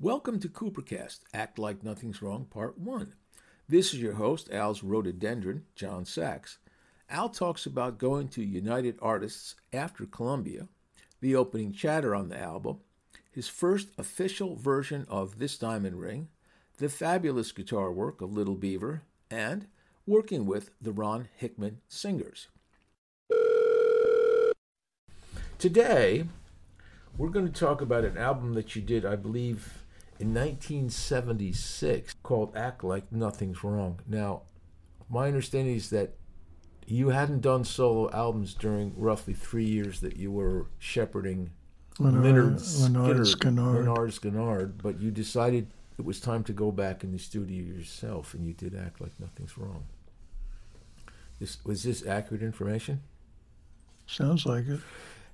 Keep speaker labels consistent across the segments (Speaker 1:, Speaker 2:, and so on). Speaker 1: Welcome to Coopercast, Act Like Nothing's Wrong, Part 1. This is your host, Al's rhododendron, John Sachs. Al talks about going to United Artists after Columbia, the opening chatter on the album, his first official version of This Diamond Ring, the fabulous guitar work of Little Beaver, and working with the Ron Hickman Singers. Today, we're going to talk about an album that you did, I believe, in 1976 called Act Like Nothing's Wrong. Now, my understanding is that you hadn't done solo albums during roughly three years that you were shepherding
Speaker 2: Leonard-
Speaker 1: Leonard Skinner,
Speaker 2: Leonard Skynyrd.
Speaker 1: Leonard Skynyrd, but you decided it was time to go back in the studio yourself, and you did Act Like Nothing's Wrong. This, was this accurate information?
Speaker 2: Sounds like it.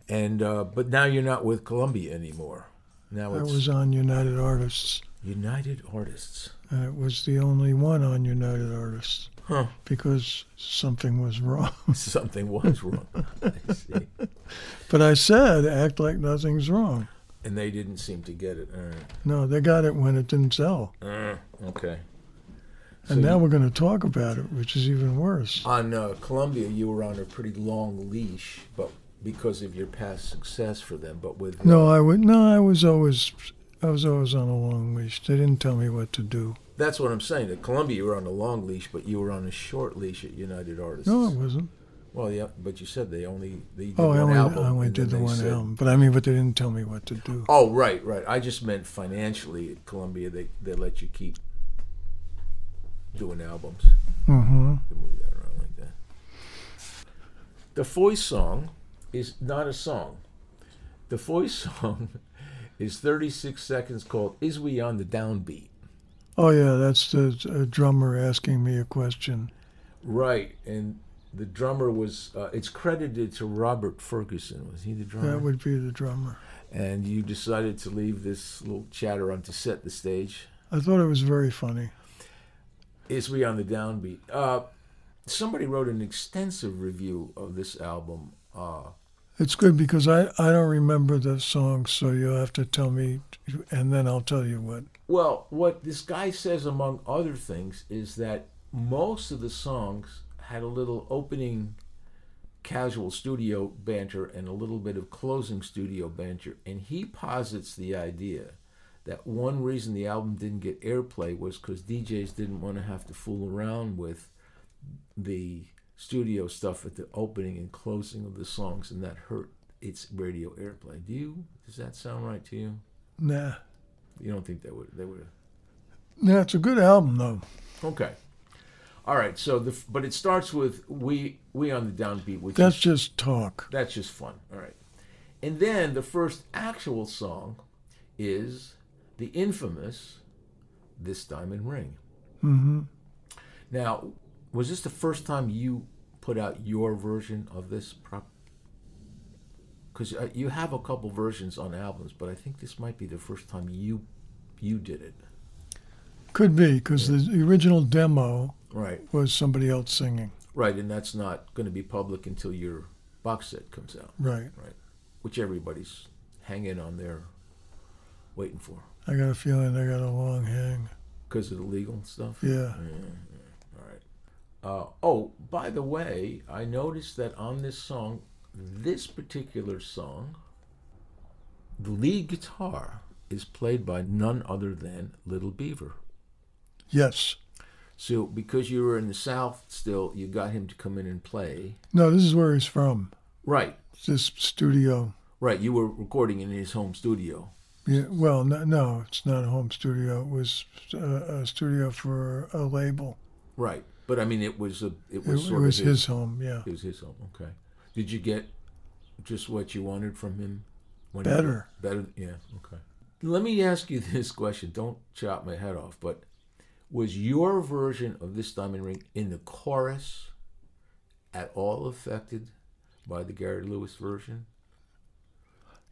Speaker 1: and uh, but now you're not with Columbia anymore. Now
Speaker 2: That
Speaker 1: it's
Speaker 2: was on United Artists,
Speaker 1: United Artists.
Speaker 2: and it was the only one on United Artists
Speaker 1: Huh.
Speaker 2: because something was wrong.
Speaker 1: Something was wrong. I see.
Speaker 2: but I said, act like nothing's wrong.
Speaker 1: And they didn't seem to get it. All right.
Speaker 2: No, they got it when it didn't sell.
Speaker 1: Okay.
Speaker 2: And now we're going to talk about it, which is even worse.
Speaker 1: On uh, Columbia, you were on a pretty long leash, but because of your past success for them. But with
Speaker 2: No, I would. No, I was always, I was always on a long leash. They didn't tell me what to do.
Speaker 1: that's what I'm saying. At Columbia, you were on a long leash, but you were on a short leash at United Artists.
Speaker 2: No, I wasn't.
Speaker 1: Well, yeah, but you said they only they did
Speaker 2: Oh,
Speaker 1: one
Speaker 2: I only,
Speaker 1: album.
Speaker 2: I only
Speaker 1: and then
Speaker 2: did the
Speaker 1: they
Speaker 2: one
Speaker 1: said-
Speaker 2: album, but I mean, but they didn't tell me what to do.
Speaker 1: Oh, right, right. I just meant financially at Columbia, they, they let you keep doing albums.
Speaker 2: hmm
Speaker 1: You can move that around like that. The voice song is not a song. The voice song is 36 seconds called Is We on the Downbeat?
Speaker 2: Oh yeah, that's the uh, drummer asking me a question.
Speaker 1: Right. And the drummer was, uh, it's credited to Robert Ferguson. Was he the drummer?
Speaker 2: That would be the drummer.
Speaker 1: and you decided to leave this little chatter on to set the stage.
Speaker 2: I thought it was very funny.
Speaker 1: is we on the downbeat uh somebody wrote an extensive review of this album uh
Speaker 2: It's good because I, I don't remember the song, so you'll have to tell me, and then I'll tell you what.
Speaker 1: well what this guy says among other things is that most of the songs had a little opening casual studio banter and a little bit of closing studio banter and he posits the idea that one reason the album didn't get airplay was because DJs didn't want to have to fool around with the studio stuff at the opening and closing of the songs, and that hurt its radio airplay. Do you? Does that sound right to you?
Speaker 2: Nah.
Speaker 1: You don't think that would they would?
Speaker 2: Nah, it's a good album, though.
Speaker 1: Okay. All right. So the but it starts with we we on the downbeat, which
Speaker 2: That's
Speaker 1: is,
Speaker 2: just talk.
Speaker 1: that's just fun. All right. And then the first actual song is the infamous "This Diamond Ring." Mm-hmm. Now, was this the first time you put out your version of this prop? Because uh, you have a couple versions on albums, but I think this might be the first time you you did it.
Speaker 2: Could be, because the original demo
Speaker 1: Right,
Speaker 2: was somebody else singing.
Speaker 1: right, and that's not going to be public until your box set comes out,
Speaker 2: Right.
Speaker 1: right? Which everybody's hanging on there, waiting for.
Speaker 2: I got a feeling they got a long hang.
Speaker 1: because of the legal stuff.
Speaker 2: Yeah.
Speaker 1: All right. Uh, oh, by the way, I noticed that on this song, this particular song, the lead guitar is played by none other than Little Beaver.
Speaker 2: Yes.
Speaker 1: So, because you were in the South still, you got him to come in and play.
Speaker 2: No, this is where he's from.
Speaker 1: Right,
Speaker 2: This studio.
Speaker 1: right. You were recording in his home studio.
Speaker 2: Yeah, well, no, no, it's not a home studio. It was uh, a studio for a label.
Speaker 1: Right, but I mean, it was a it
Speaker 2: It
Speaker 1: was
Speaker 2: it
Speaker 1: sort
Speaker 2: was
Speaker 1: of his,
Speaker 2: his home, yeah.
Speaker 1: It was his home. Okay. Did you get just what you wanted from him? When you-
Speaker 2: Better.
Speaker 1: better. Yeah. Okay. Let me ask you this question. Don't chop my head off, but was your version of this diamond ring in the chorus at all affected by the Gary Lewis version?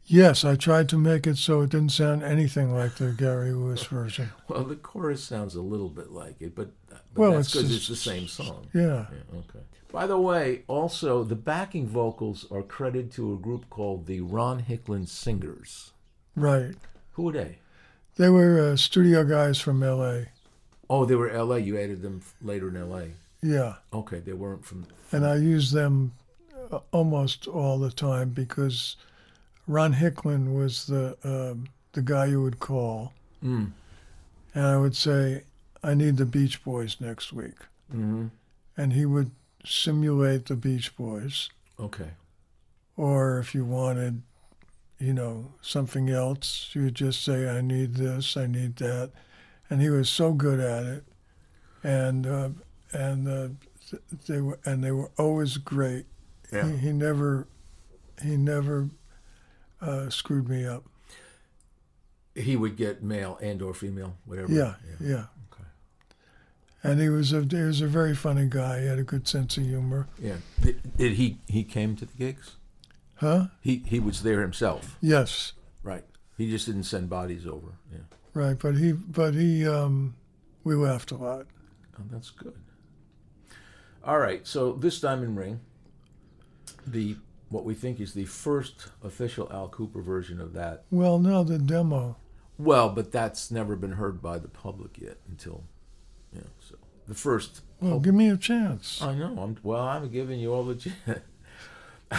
Speaker 2: Yes, I tried to make it so it didn't sound anything like the Gary Lewis version.
Speaker 1: Well, the chorus sounds a little bit like it, but, but
Speaker 2: Well,
Speaker 1: that's
Speaker 2: it's
Speaker 1: because it's
Speaker 2: just-
Speaker 1: the same song.
Speaker 2: Yeah.
Speaker 1: Yeah, okay. By the way, also the backing vocals are credited to a group called the Ron Hicklin Singers.
Speaker 2: Right.
Speaker 1: Who are they?
Speaker 2: They were uh, studio guys from L.A.
Speaker 1: Oh, they were L.A. You added them f- later in L.A.
Speaker 2: Yeah,
Speaker 1: Okay, they weren't from.
Speaker 2: and I use them uh, almost all the time because Ron Hicklin was the um the guy you would call,
Speaker 1: Mm.
Speaker 2: and I would say, "I need the Beach Boys next week,"
Speaker 1: hmm
Speaker 2: and he would simulate the Beach Boys,
Speaker 1: Okay.
Speaker 2: or if you wanted, you know, something else, you would just say, "I need this, I need that," and he was so good at it, and uh, and uh, th- they were and they were always great.
Speaker 1: Yeah.
Speaker 2: He, he never, he never uh, screwed me up.
Speaker 1: He would get male and or female, whatever.
Speaker 2: Yeah, yeah.
Speaker 1: Okay.
Speaker 2: And he was a he was a very funny guy. He had a good sense of humor.
Speaker 1: Yeah. Did, did he? He came to the gigs.
Speaker 2: Huh?
Speaker 1: He he was there himself.
Speaker 2: Yes,
Speaker 1: Right. He just didn't send bodies over. Yeah.
Speaker 2: right. But he but he um, we laughed a lot.
Speaker 1: Oh, that's good. All right. So this diamond ring, the what we think is the first official Al Cooper version of that.
Speaker 2: Well, now the demo.
Speaker 1: Well, but that's never been heard by the public yet until, yeah. So the first.
Speaker 2: Well, give me a chance.
Speaker 1: I know. I'm well. I'm giving you all the. chance.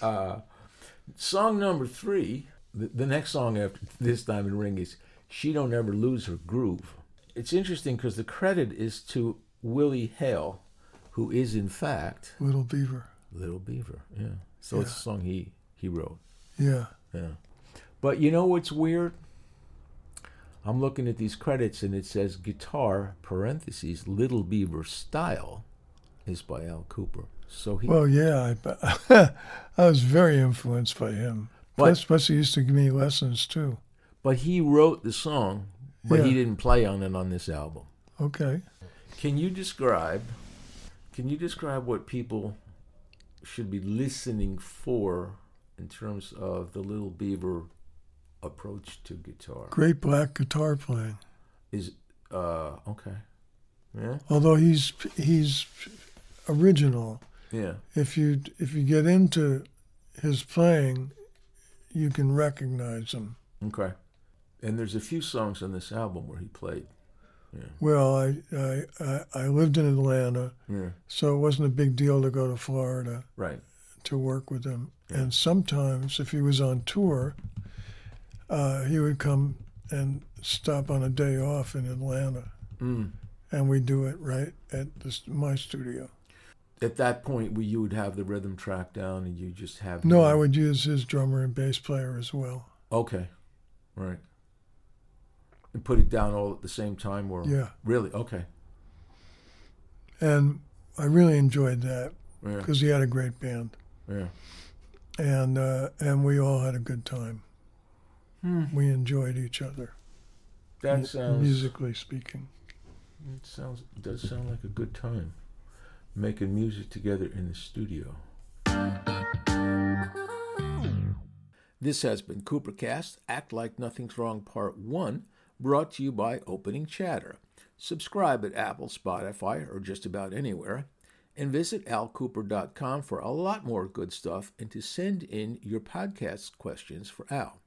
Speaker 1: uh, song number three, the, the next song after this diamond ring is "She Don't Ever Lose Her Groove." It's interesting because the credit is to Willie Hale, who is in fact
Speaker 2: Little Beaver.
Speaker 1: Little Beaver. Yeah. So it's a song he he wrote.
Speaker 2: Yeah.
Speaker 1: Yeah. But you know what's weird? I'm looking at these credits and it says guitar parentheses Little Beaver style is by Al Cooper. So he
Speaker 2: Well, yeah. I, I was very influenced by him.
Speaker 1: But-
Speaker 2: Plus, plus he used to give me lessons too.
Speaker 1: but he wrote the song, but he
Speaker 2: Yeah.
Speaker 1: didn't play on it on this album.
Speaker 2: Okay.
Speaker 1: Can you describe can you describe what people should be listening for in terms of the Little Beaver approach to guitar?
Speaker 2: Great black guitar playing.
Speaker 1: Is uh okay. Yeah.
Speaker 2: Although he's he's original.
Speaker 1: Yeah.
Speaker 2: If you if you get into his playing, you can recognize him.
Speaker 1: Okay. And there's a few songs on this album where he played.
Speaker 2: Well, I I, I, I lived in Atlanta,
Speaker 1: Yeah.
Speaker 2: so it wasn't a big deal to go to Florida.
Speaker 1: Right.
Speaker 2: to work with him. And sometimes, if he was on tour, uh, he would come and stop on a day off in Atlanta,
Speaker 1: Mm.
Speaker 2: and we do it right at this, my studio.
Speaker 1: At that point, where you would have the rhythm track down, and you just have
Speaker 2: No, I would use his drummer and bass player as well.
Speaker 1: Okay. Right. And put it down all at the same time, or
Speaker 2: Yeah,
Speaker 1: Really? Okay.
Speaker 2: and I really enjoyed that
Speaker 1: Yeah.
Speaker 2: because he had a great band,
Speaker 1: Yeah.
Speaker 2: and uh, and we all had a good time. We enjoyed each other, mu-
Speaker 1: That sounds.
Speaker 2: musically speaking.
Speaker 1: It sounds. Does sound like a good time. Making music together in the studio. This has been Coopercast Act Like Nothing's Wrong Part 1, brought to you by Opening Chatter. Subscribe at Apple, Spotify, or just about anywhere. And visit alcooper.com for a lot more good stuff and to send in your podcast questions for Al.